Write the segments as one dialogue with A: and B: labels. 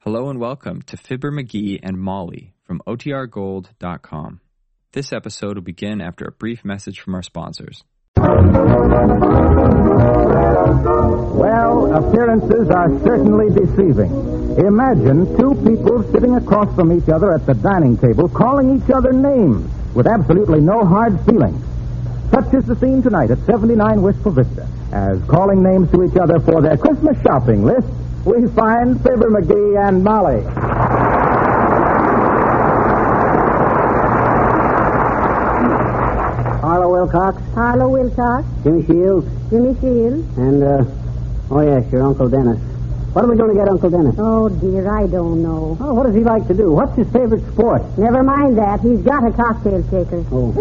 A: Hello and welcome to Fibber McGee and Molly from OTRGold.com. This episode will begin after a brief message from our sponsors.
B: Well, appearances are certainly deceiving. Imagine two people sitting across from each other at the dining table calling each other names with absolutely no hard feelings. Such is the scene tonight at 79 Wistful Vista. As calling names to each other for their Christmas shopping list, we find Fibber McGee and Molly.
C: Harlow Wilcox,
D: Harlow Wilcox,
C: Jimmy Shields,
D: Jimmy Shields.
C: and, uh, oh, yes, your Uncle Dennis. What are we going to get Uncle Dennis?
D: Oh dear, I don't know.
C: Oh, what does he like to do? What's his favorite sport?
D: Never mind that. He's got a cocktail shaker.
C: Oh.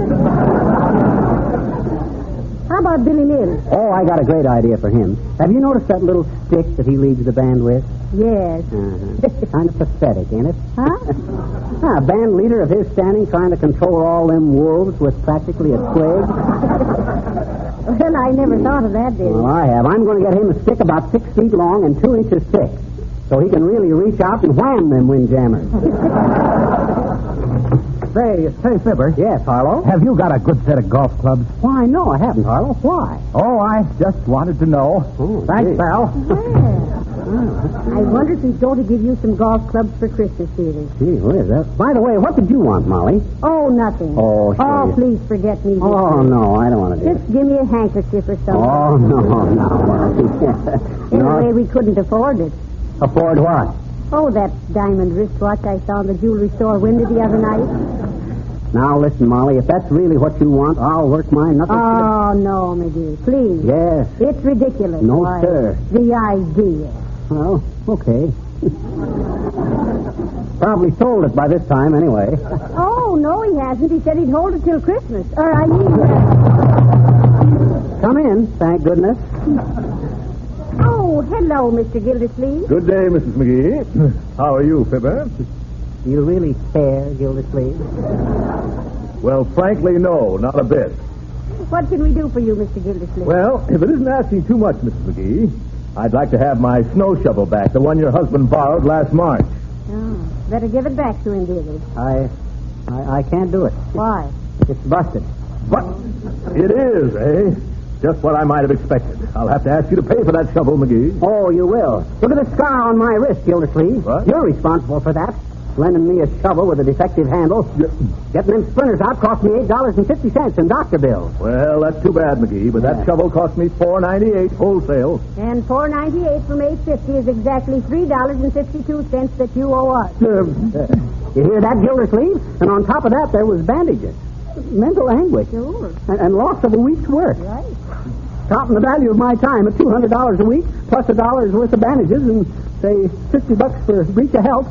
D: How about Billy Mills?
C: oh, I got a great idea for him. Have you noticed that little stick that he leads the band with?
D: Yes.
C: Uh-huh. kind of pathetic, ain't it?
D: Huh?
C: Ah, a band leader of his standing trying to control all them wolves with practically a twig.
D: Well, I never thought of that, Billy.
C: Well, I have. I'm going to get him a stick about six feet long and two inches thick, so he can really reach out and wham them windjammers.
B: Say, say, Fibber,
C: yes, Harlow.
B: have you got a good set of golf clubs?
C: Why, no, I haven't, Harlow. Why?
B: Oh, I just wanted to know.
C: Oh,
B: Thanks,
C: gee.
B: pal.
D: Yes. I wonder if he's going to give you some golf clubs for Christmas, Billy.
C: Gee whiz, that... By the way, what did you want, Molly?
D: Oh, nothing.
C: Oh, sure
D: Oh,
C: you-
D: please forget me. Billy.
C: Oh, no, I don't want to do
D: Just
C: it.
D: give me a handkerchief or something.
C: Oh, no, no.
D: Anyway,
C: no.
D: we couldn't afford it.
C: Afford what?
D: Oh, that diamond wristwatch I saw in the jewelry store window the other night.
C: Now, listen, Molly, if that's really what you want, I'll work my knuckles. to
D: Oh, no, McGee. Please.
C: the- Yes.
D: It's ridiculous.
C: No,
D: Why,
C: sir.
D: The idea.
C: Well, okay. Probably sold it by this time, anyway.
D: Oh, no, he hasn't. He said he'd hold it till Christmas. Or, I mean, uh,
C: Come in, thank goodness.
D: oh, hello, Mr. Gildersleeve.
E: Good day, Mrs. McGee. How are you, Fibber?
C: You really care, Gildersleeve?
E: Well, frankly, no, not a bit.
D: What can we do for you, Mr. Gildersleeve?
E: Well, if it isn't asking too much, Mrs. McGee, I'd like to have my snow shovel back, the one your husband borrowed last March.
D: Oh, better give it back to him, David.
C: I, I, I can't do it.
D: Why?
C: It's busted.
E: But it is, eh? Just what I might have expected. I'll have to ask you to pay for that shovel, McGee.
C: Oh, you will. Look at the scar on my wrist, Gildersleeve.
E: What?
C: You're responsible for that. Lending me a shovel with a defective handle. Getting them splinters out cost me eight dollars and fifty cents in doctor bills.
E: Well, that's too bad, McGee, but that
C: Yeah.
E: shovel cost me four ninety eight wholesale.
D: And four ninety eight from eight fifty is exactly three dollars and fifty two cents that you owe us.
C: You hear that, Gildersleeve? And on top of that, there was bandages, mental anguish,
D: Sure.
C: and, and loss of a week's work.
D: Right.
C: Topping the value of my time at two hundred dollars a week, plus a dollar's worth of bandages, and say fifty bucks for breach of health.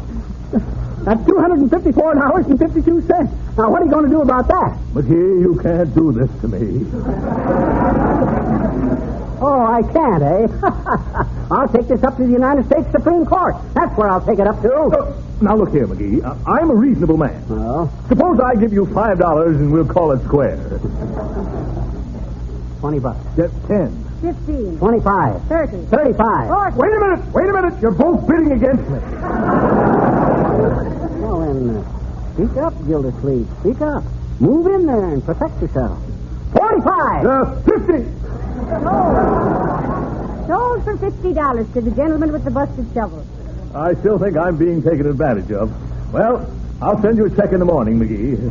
C: That's two hundred and fifty-four dollars and fifty-two cents. Now, what are you going to do about that?
E: McGee, you can't do this to me.
C: Oh, I can't, eh? I'll take this up to the United States Supreme Court. That's where I'll take it up to.
E: Uh, Now look here, McGee. I- I'm a reasonable man.
C: Well,
E: Suppose I give you five dollars and we'll call it square.
C: twenty bucks.
E: Get ten.
D: Fifteen.
C: Twenty-five.
D: Thirty.
C: Thirty-five.
D: Forty.
E: Wait a minute! Wait a minute! You're both bidding against me.
C: Well, then, uh, speak up, Gildersleeve. Speak up. Move in there and protect yourself. Forty-five.
E: Uh, Fifty.
D: Sold for fifty dollars to the gentleman with the busted shovel.
E: I still think I'm being taken advantage of. Well, I'll send you a check in the morning, McGee.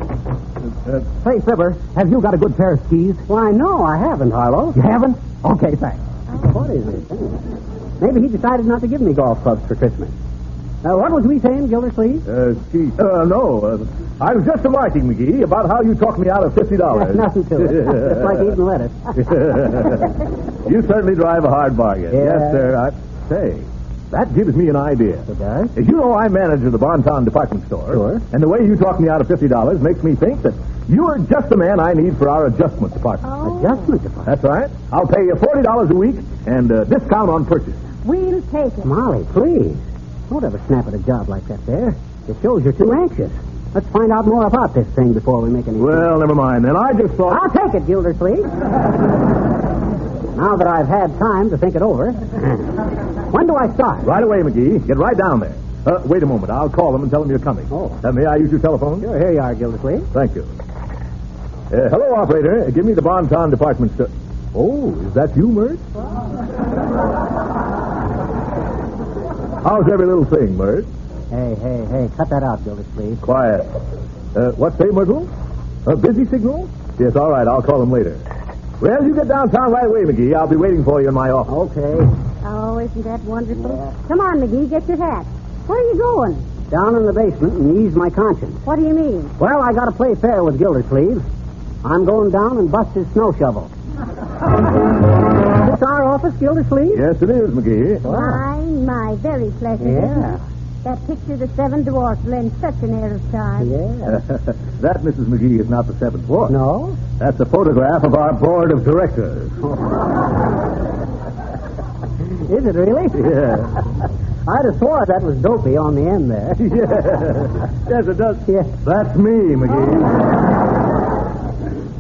E: Uh,
B: Say, Fibber, have you got a good pair of skis?
C: Why, no, I haven't, Harlow.
B: You haven't? Okay, thanks.
C: What is it? Maybe he decided not to give me golf clubs for Christmas. Now, what was we saying, Gildersleeve?
E: uh, gee, uh, no. Uh, I was just remarking, McGee, about how you talked me out of fifty dollars.
C: There's nothing to it. Just like eating lettuce.
E: you certainly drive a hard bargain.
C: Yeah.
E: Yes, sir. I say, that gives me an idea.
C: It does.
E: As you know, I manage the Bonton department store.
C: Sure.
E: And the way you talk me out of $50 makes me think that you're just the man I need for our adjustment department.
C: Oh. Adjustment department.
E: That's right. I'll pay you $40 a week and a discount on purchase.
D: We'll take it.
C: Molly, please. Don't ever snap at a job like that there. It shows you're too anxious. Let's find out more about this thing before we make any...
E: Well, never mind then. I just thought.
C: I'll take it, Gildersleeve. now that I've had time to think it over, when do I start?
E: Right away, McGee. Get right down there. Uh, wait a moment. I'll call them and tell them you're coming.
C: Oh.
E: Uh, may I use your telephone?
C: Sure, here you are, Gildersleeve.
E: Thank you. Uh, hello, operator. Give me the Bon Ton department store. Oh, is that you, Mert? How's every little thing, Mert?
F: Hey, hey, hey, cut that out, Gildersleeve.
E: Quiet. Uh, what say, Myrtle? A busy signal? Yes, all right. I'll call them later. Well, you get downtown right away, McGee. I'll be waiting for you in my office.
C: Okay.
D: Oh, isn't that wonderful? Come on, McGee, get your hat. Where are you going?
C: Down in the basement and ease my conscience.
D: What do you mean?
C: Well, I gotta play fair with Gildersleeve. I'm going down and bust his snow shovel. It's our office, Gildersleeve?
E: Yes, it is, McGee.
C: Ah.
D: My, my, very pleasant. isn't
C: Yeah.
D: it? That picture, The Seven Dwarfs, lends such an air of time.
C: Yeah.
E: that, Mrs. McGee, is not the seventh floor.
C: No?
E: That's a photograph of our board of directors.
C: Is it really?
E: Yeah.
C: I'd have swore that was dopey on the end there.
E: yeah. Yes, it does.
C: Yeah.
E: That's me, McGee.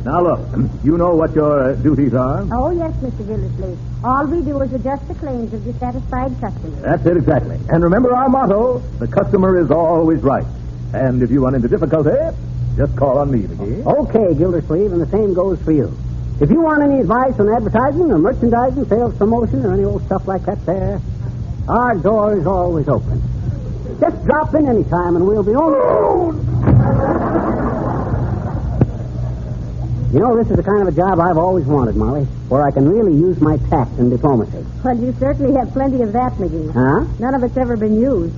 E: Now, look, you know what your uh, duties are?
D: Oh, yes, Mr. Gildersleeve. All we do is adjust the claims of dissatisfied customers.
E: That's it exactly. And remember our motto the customer is always right. And if you run into difficulty, just call on me, McGee.
C: Okay, Gildersleeve, and the same goes for you. If you want any advice on advertising or merchandising, sales promotion, or any old stuff like that there, our door is always open. Just drop in any time and we'll be on. You know, this is the kind of a job I've always wanted, Molly, where I can really use my tact and diplomacy.
D: Well, you certainly have plenty of that, McGee.
C: Huh?
D: None of it's ever been used.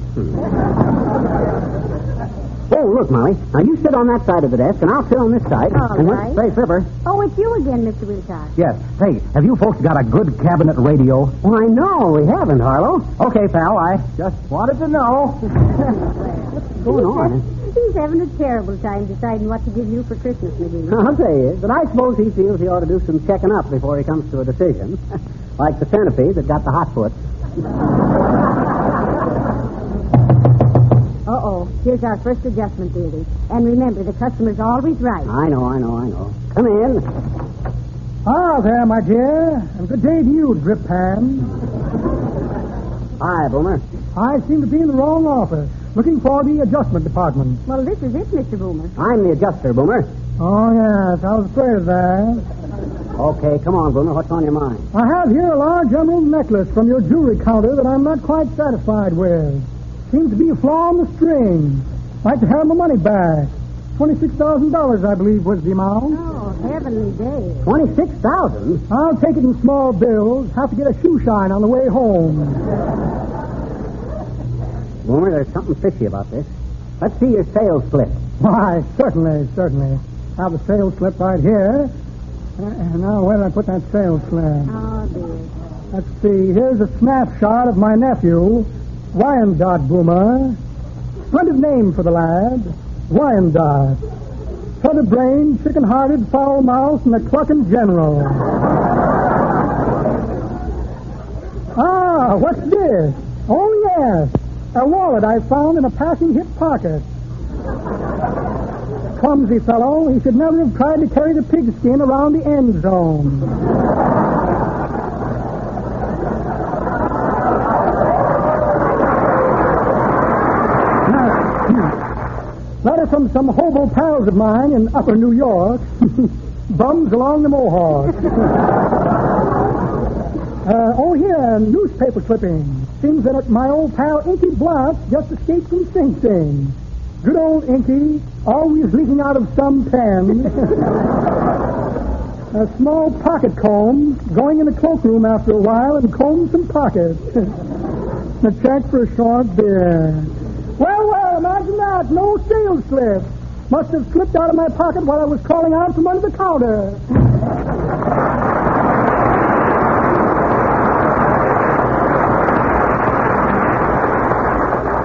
C: Oh, look, Molly. Now, you sit on that side of the desk, and I'll sit on this side.
D: All
C: and
D: right.
C: Say, Fibber.
D: Oh, it's you again, Mr. Wilcox.
F: Yes. Hey, have you folks got a good cabinet radio?
C: Why, no, we haven't, Harlow.
F: Okay, pal, I just wanted to know.
C: What's going on?
D: He's having a terrible time deciding what to give you for Christmas, McGee.
C: I'll tell you, but I suppose he feels he ought to do some checking up before he comes to a decision. like the centipede that got the hot foot.
D: Uh-oh. Here's our first adjustment, dearie. And remember, the customer's always right.
C: I know, I know, I know. Come in.
G: Ah, there, my dear. And good day to you, Drip Pan.
C: Hi, Boomer.
G: I seem to be in the wrong office, looking for the adjustment department.
D: Well, this is it, Mr. Boomer.
C: I'm the adjuster, Boomer.
G: Oh, yes, I was afraid of that.
C: Okay, come on, Boomer. What's on your mind?
G: I have here a large emerald necklace from your jewelry counter that I'm not quite satisfied with. Seems to be a flaw in the string. I'd like to have my money back. $26,000, I believe, was the amount.
D: Oh, heavenly day.
C: Twenty-six thousand.
G: I'll take it in small bills. Have to get a shoe shine on the way home.
C: Boomer, there's something fishy about this. Let's see your sales slip.
G: Why, certainly, certainly. I have a sales slip right here. Uh, now, where did I put that sales slip?
D: Oh, dear.
G: Let's see. Here's a snapshot of my nephew, Wyandotte Boomer. Splendid name for the lad, Wyandotte. Feather brained, chicken hearted, foul mouthed, and a clucking general. ah, what's this? Oh, yes. A wallet I found in a passing hip pocket. Clumsy fellow. He should never have tried to carry the pigskin around the end zone. Letter from some hobo pals of mine in upper New York. Bums along the Mohawk. uh, oh, here, newspaper clipping. Seems that my old pal Inky Bluff just escaped from Sing Sing. Good old Inky, always leaking out of some pen. a small pocket comb, going in the cloakroom after a while and comb some pockets. A check for a short beer. Well, well, imagine that. No sales slip. Must have slipped out of my pocket while I was calling out from under the counter.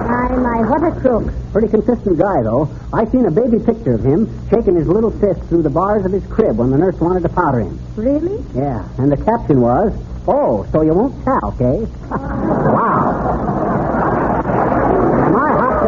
D: My, my, what a crook.
C: Pretty consistent guy, though. I seen a baby picture of him shaking his little fist through the bars of his crib when the nurse wanted to powder him.
D: Really?
C: Yeah, and the caption was, "Oh, so you won't tell, eh?" wow. My hot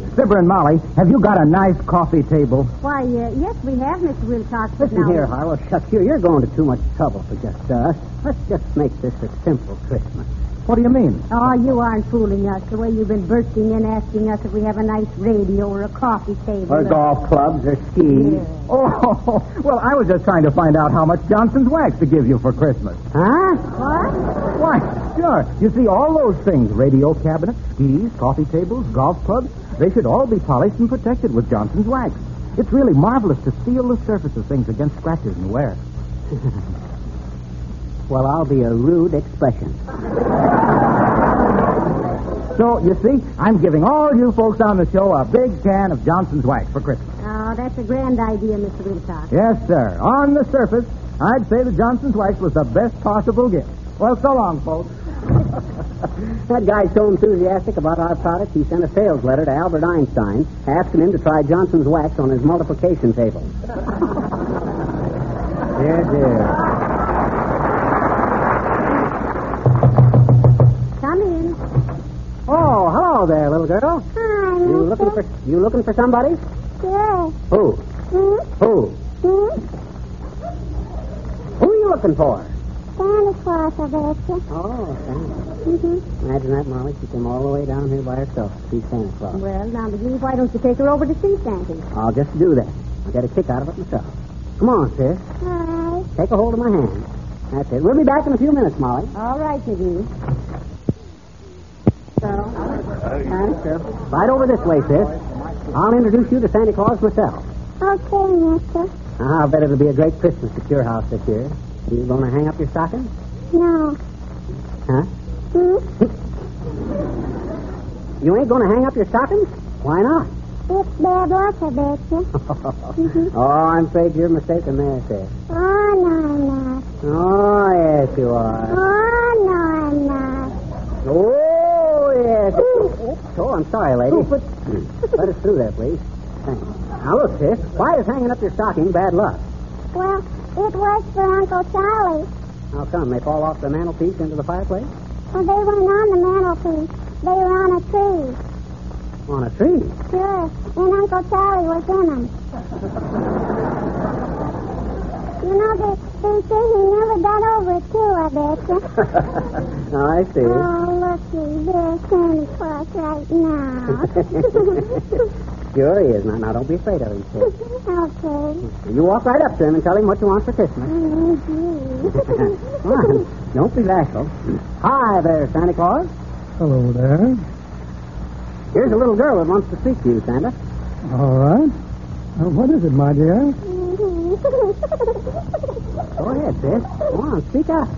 F: Say, Fibber and Molly, have you got a nice coffee table?
D: Why, uh, yes, we have, Mr. Wilcox. but
C: Listen
D: now-
C: here, Harlow. Shuck, you're, you're going to too much trouble for just us. Let's just make this a simple Christmas.
B: What do you mean?
D: Oh, you aren't fooling us the way you've been bursting in asking us if we have a nice radio or a coffee table.
C: Or golf clubs or skis.
B: Oh, well, I was just trying to find out how much Johnson's wax to give you for Christmas.
C: Huh?
D: What?
B: Why, sure. You see, all those things radio cabinets, skis, coffee tables, golf clubs they should all be polished and protected with Johnson's wax. It's really marvelous to seal the surface of things against scratches and wear.
C: Well, I'll be a rude expression.
B: So, you see, I'm giving all you folks on the show a big can of Johnson's wax for Christmas.
D: Oh, that's a grand idea, Mr. Wilcox.
B: Yes, sir. On the surface, I'd say that Johnson's wax was the best possible gift. Well, so long, folks.
C: That guy's so enthusiastic about our product, he sent a sales letter to Albert Einstein asking him to try Johnson's wax on his multiplication table. dear, dear.
D: Come in.
C: Oh, hello there, little girl.
D: Hi,
C: You looking for you looking for somebody?
D: Yeah.
C: Who?
D: Mm,
C: Who? Who are you looking for?
D: Santa Claus, I bet
C: Oh, Santa.
D: you.
C: Imagine that, Molly. She came all the way down here by herself to see Santa Claus.
D: Well, now, McGee, why don't you take her over to see Santa?
C: I'll just do that. I got a kick out of it myself. Come on, sis.
D: Hi.
C: Take a hold of my hand. That's it. We'll be back in a few minutes, Molly.
D: All right, McGee. So?
C: Thanks, sir. Right over this way, sis. I'll introduce you to Santa Claus myself.
D: Okay, mister.
C: I'll bet it'll be a great Christmas at your house this year. You going to hang up your stocking?
D: No.
C: Huh? You ain't going to hang up your stockings? Why not?
D: It's bad luck, I bet you.
C: oh, I'm afraid you're mistaken there, sis.
D: Oh, no, I'm not.
C: Oh, yes, you are.
D: Oh, no, I'm not.
C: Oh, yes. Oh, I'm sorry, lady. Let us through there, please. Thanks. Now, look, sis, why is hanging up your stocking bad luck?
D: Well, it was for Uncle Charlie.
C: How come? They fall off the mantelpiece into the fireplace?
D: Well, they weren't on the mantelpiece. They were on a tree.
C: On a tree.
D: Sure. And Uncle Charlie was in 'em. you know, they, they say he never got over it, too, I bet you.
C: I see.
D: Oh, looky, there's Santa Claus right now.
C: sure he is. Now, now, don't be afraid of him, sis.
D: okay.
C: You walk right up to him and tell him what you want for Christmas. Come
D: Mm, gee.
C: on. Don't be bashful. Hi there, Santa Claus.
G: Hello there.
C: Here's a little girl that wants to speak to you, Santa.
G: All right. Uh, what is it, my dear?
C: Go ahead, sis. Go on, speak up.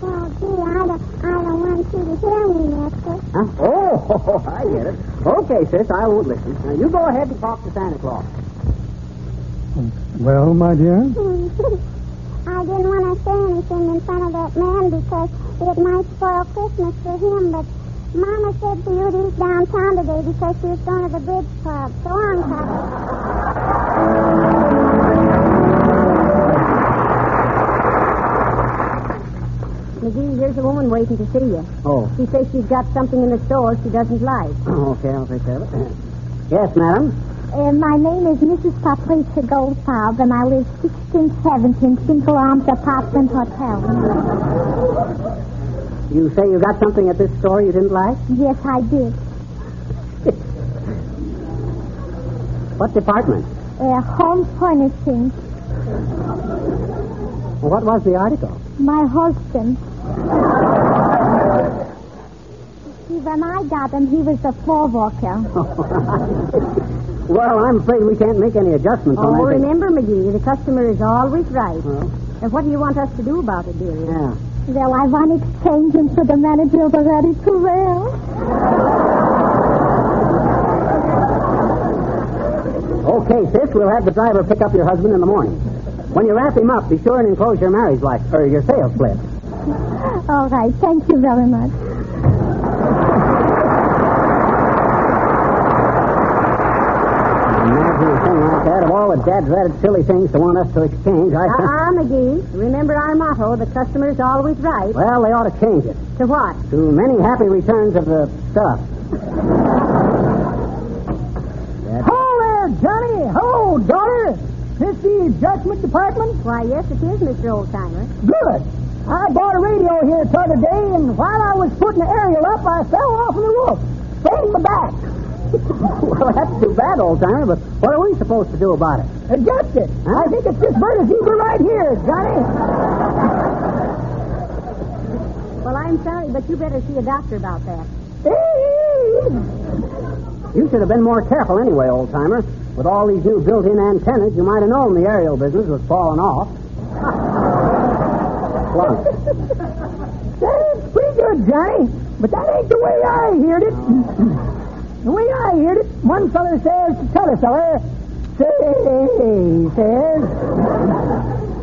D: oh, gee, I don't, I don't want you to hear me, mister.
C: Huh? Oh, I get it. Okay, sis, I won't listen. Now, you go ahead and talk to Santa Claus.
G: Well, my dear?
D: I didn't want to say anything in front of that man because it might spoil Christmas for him, but Mama said for you to eat downtown today because she was going to the bridge club. So on, Papa. McGee, here's a woman waiting to see you.
C: Oh.
D: She says she's got something in the store she doesn't like.
C: Okay, I'll take care of it. Yes, madam.
H: Uh, my name is Mrs. Patricia Goldfarb, and I live 16th in Single Arms Apartment Hotel.
C: You say you got something at this store you didn't like?
H: Yes, I did.
C: What department?
H: Uh, home furnishings.
C: What was the article?
H: My husband. See, when I got him, he was a floor walker.
C: Well, I'm afraid we can't make any adjustments on
D: Oh,
C: that.
D: remember, McGee, the customer is always right.
C: Well,
D: And what do you want us to do about it, dearie?
C: yeah.
H: Well, I want exchange him for the manager of the very well.
C: Okay, sis, we'll have the driver pick up your husband in the morning. When you wrap him up, be sure and enclose your marriage life or your sales slip.
H: All right, thank you very much.
C: Imagine a thing like that. Of all the dad-ratted silly things to want us to exchange, I think.
D: Uh-uh, McGee. Remember our motto, the customer's always right.
C: Well, they ought to change it.
D: To what?
C: To many happy returns of the stuff.
G: Hello there, Johnny. Hello, daughter. This the judgment department?
D: Why, yes, it is, Mr. Oldtimer.
G: Good.
I: I bought a radio here t'other day, and while I was putting the aerial up, I fell off of the roof. Sprained my back.
C: well, that's too bad, old timer, but what are we supposed to do about it?
I: Adjust it. I think it's this bird of eagle right here, Johnny.
J: Well, I'm sorry, but you better see a doctor about that.
C: You should have been more careful anyway, old timer. With all these new built in antennas, you might have known the aerial business was falling off. What?
I: That's pretty good, Johnny. But that ain't the way I heard it. The way I heard it, one feller says to t'other feller, say, says,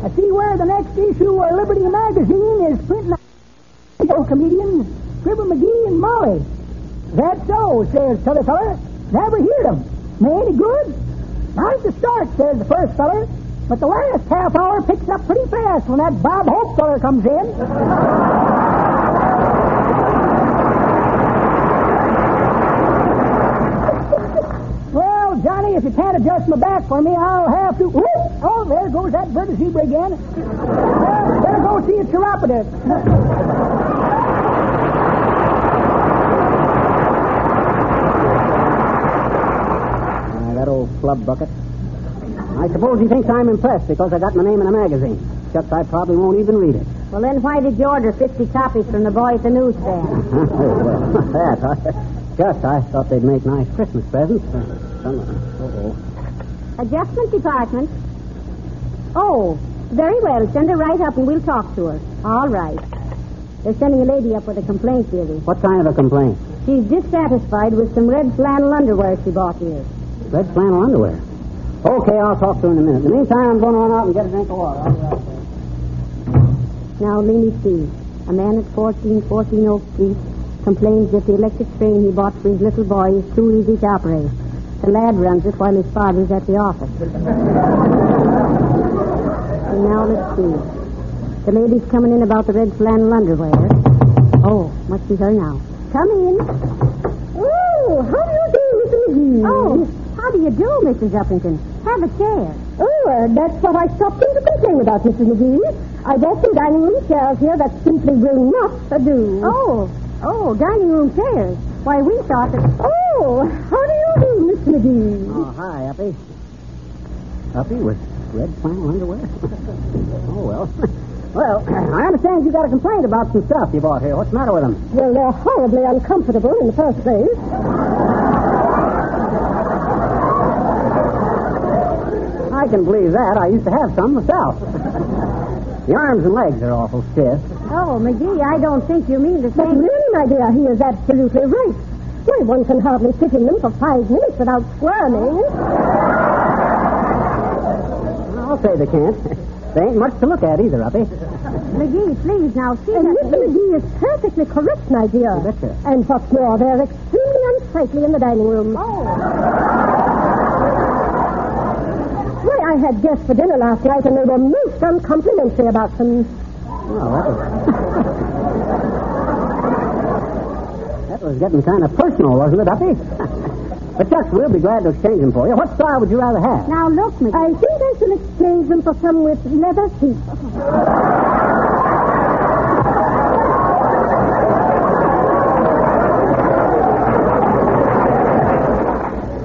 I: I see where the next issue of Liberty Magazine is printing a radio comedian, Fibber McGee and Molly. That's so, says t'other feller. Never heard 'em. They ain't any good. Not at the start, says the first feller. But the last half hour picks up pretty fast when that Bob Hope feller comes in. Well, Johnny, if you can't adjust my back for me, I'll have to. Whoop! Oh, there goes that bird of zebra again. Well, better go see a chiropodist.
C: Uh, that old flub bucket. I suppose he thinks I'm impressed because I got my name in a magazine. Except I probably won't even read it.
J: Well, then why did you order 50 copies from the boy at the newsstand?
C: Oh, well, that. I, just I thought they'd make nice Christmas presents. Uh, some- uh-oh.
J: Adjustment department. Oh, very well. Send her right up and we'll talk to her. All right. They're sending a lady up with a complaint, dearie.
C: What kind of a complaint?
J: She's dissatisfied with some red flannel underwear she bought here.
C: Red flannel underwear. Okay, I'll talk to her in a minute. In the meantime, I'm going on out and get a drink of water. I'll be right back.
J: Now, let me see. A man at 1414 Oak Street complains that the electric train he bought for his little boy is too easy to operate. The lad runs it while his father's at the office. and now let's see. The lady's coming in about the red flannel underwear. Oh, must be her now. Come in.
D: Oh, how do you do, Mr. McGee?
J: Oh, how do you do, Mrs. Uppington? Have a chair.
D: Oh, uh, that's what I stopped in to complain about, Mrs. McGee. I bought some dining room chairs here that simply will not do.
J: Oh, oh, dining room chairs. Why, we thought that.
D: Oh, how do you do, Miss McGee?
C: Oh, hi, Uppy. Uppy with red flannel underwear? oh, well. Well, I understand you got a complaint about some stuff you bought here. What's the matter with them?
D: Well, they're horribly uncomfortable in the first place.
C: I can believe that. I used to have some myself. the arms and legs are awful stiff.
J: Oh, McGee, I don't think you mean to
D: But
J: say.
D: really, my dear, he is absolutely right. Why, one can hardly sit in them for five minutes without squirming.
C: I'll say they can't. they ain't much to look at either, Uppy.
J: McGee, please now see
D: And
J: that.
D: Mr. McGee is perfectly correct, my dear.
C: You betcha.
D: And what's more, they're extremely unsightly in the dining room. Oh. Why, I had guests for dinner last night, and they were most uncomplimentary about them.
C: Well, Oh, that was. that was getting kind of personal, wasn't it, Uppy? but, Chuck, we'll be glad to exchange them for you. What style would you rather have?
J: Now look, McGee.
D: I think I shall exchange them for some with leather seats.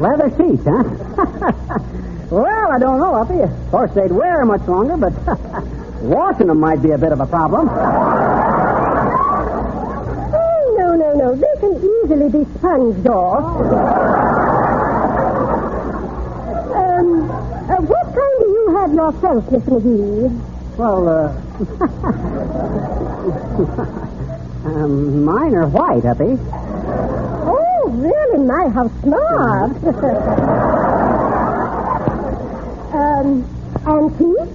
C: Leather seats, huh? well, I don't know, Uppy. Of course, they'd wear much longer, but washing them might be a bit of a problem.
D: Oh, no, no, no. They can easily be sponged off. um, uh, what kind do you have yourself, Miss McGee?
C: Well, uh. um, mine are white, Uppy.
D: Oh, really? My, how smart. um, antique?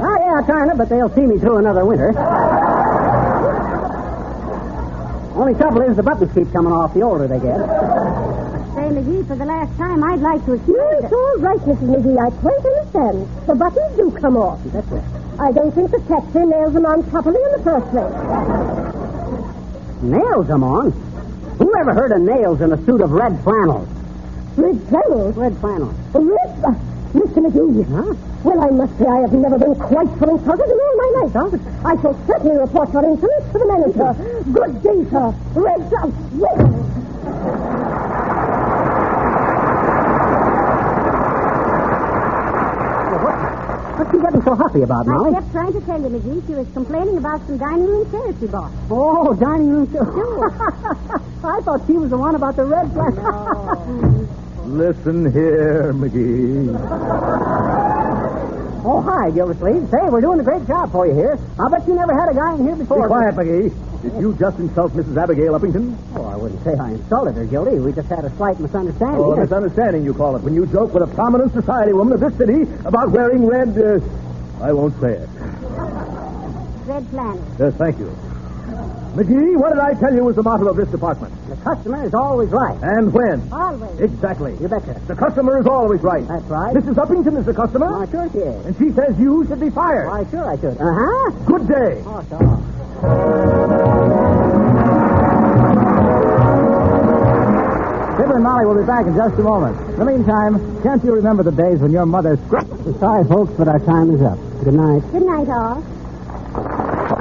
C: Oh, yeah, kind of, but they'll see me through another winter. Only trouble is the buttons keep coming off the older they get.
J: Say, McGee, for the last time, I'd like to
D: No,
J: exchange.
D: it's all right, Mrs. McGee. I quite understand. The buttons do come off.
C: That's it.
D: I don't think the taxi nails them on properly in the first place.
C: Nails them on. Who ever heard of nails in a suit of red flannel?
D: Red flannels.
C: Red flannel.
D: Red...
K: Mr. McGee. Huh? Well, I must say I have never been quite so insulted in all my life. I shall certainly report your insolence to the manager. Good day, sir. Red out.
C: What's she getting so huffy about, Molly?
L: I kept trying to tell you, McGee, she was complaining about some dining room chairs she bought.
C: Oh, dining room chair.
L: I thought she was the one about the red flag.
E: Listen here, McGee.
C: Oh, hi, Gildersleeve. Say, we're doing a great job for you here. I'll bet you never had a guy in here before.
E: Be quiet, McGee. Did you just insult Mrs. Abigail Uppington?
C: Oh, I wouldn't say I insulted her, Gildy. We just had a slight misunderstanding.
E: Oh,
C: Yes.
E: misunderstanding, you call it, when you joke with a prominent society woman of this city about wearing red. Uh, I won't say it.
L: Red planet.
E: Yes, thank you. McGee, what did I tell you was the motto of this department?
C: The customer is always right.
E: And when?
L: Always.
E: Exactly.
C: You betcha.
E: The customer is always right.
C: That's right.
E: Mrs. Uppington is the customer,
C: Oh, sure she is.
E: and she says you should be fired.
C: Why, sure I should. Uh-huh.
E: Good day.
C: Oh, sure.
B: Fibber and Molly will be back in just a moment. In the meantime, can't you remember the days when your mother...
C: Sorry, folks, but our time is up. Good night.
H: Good night, all.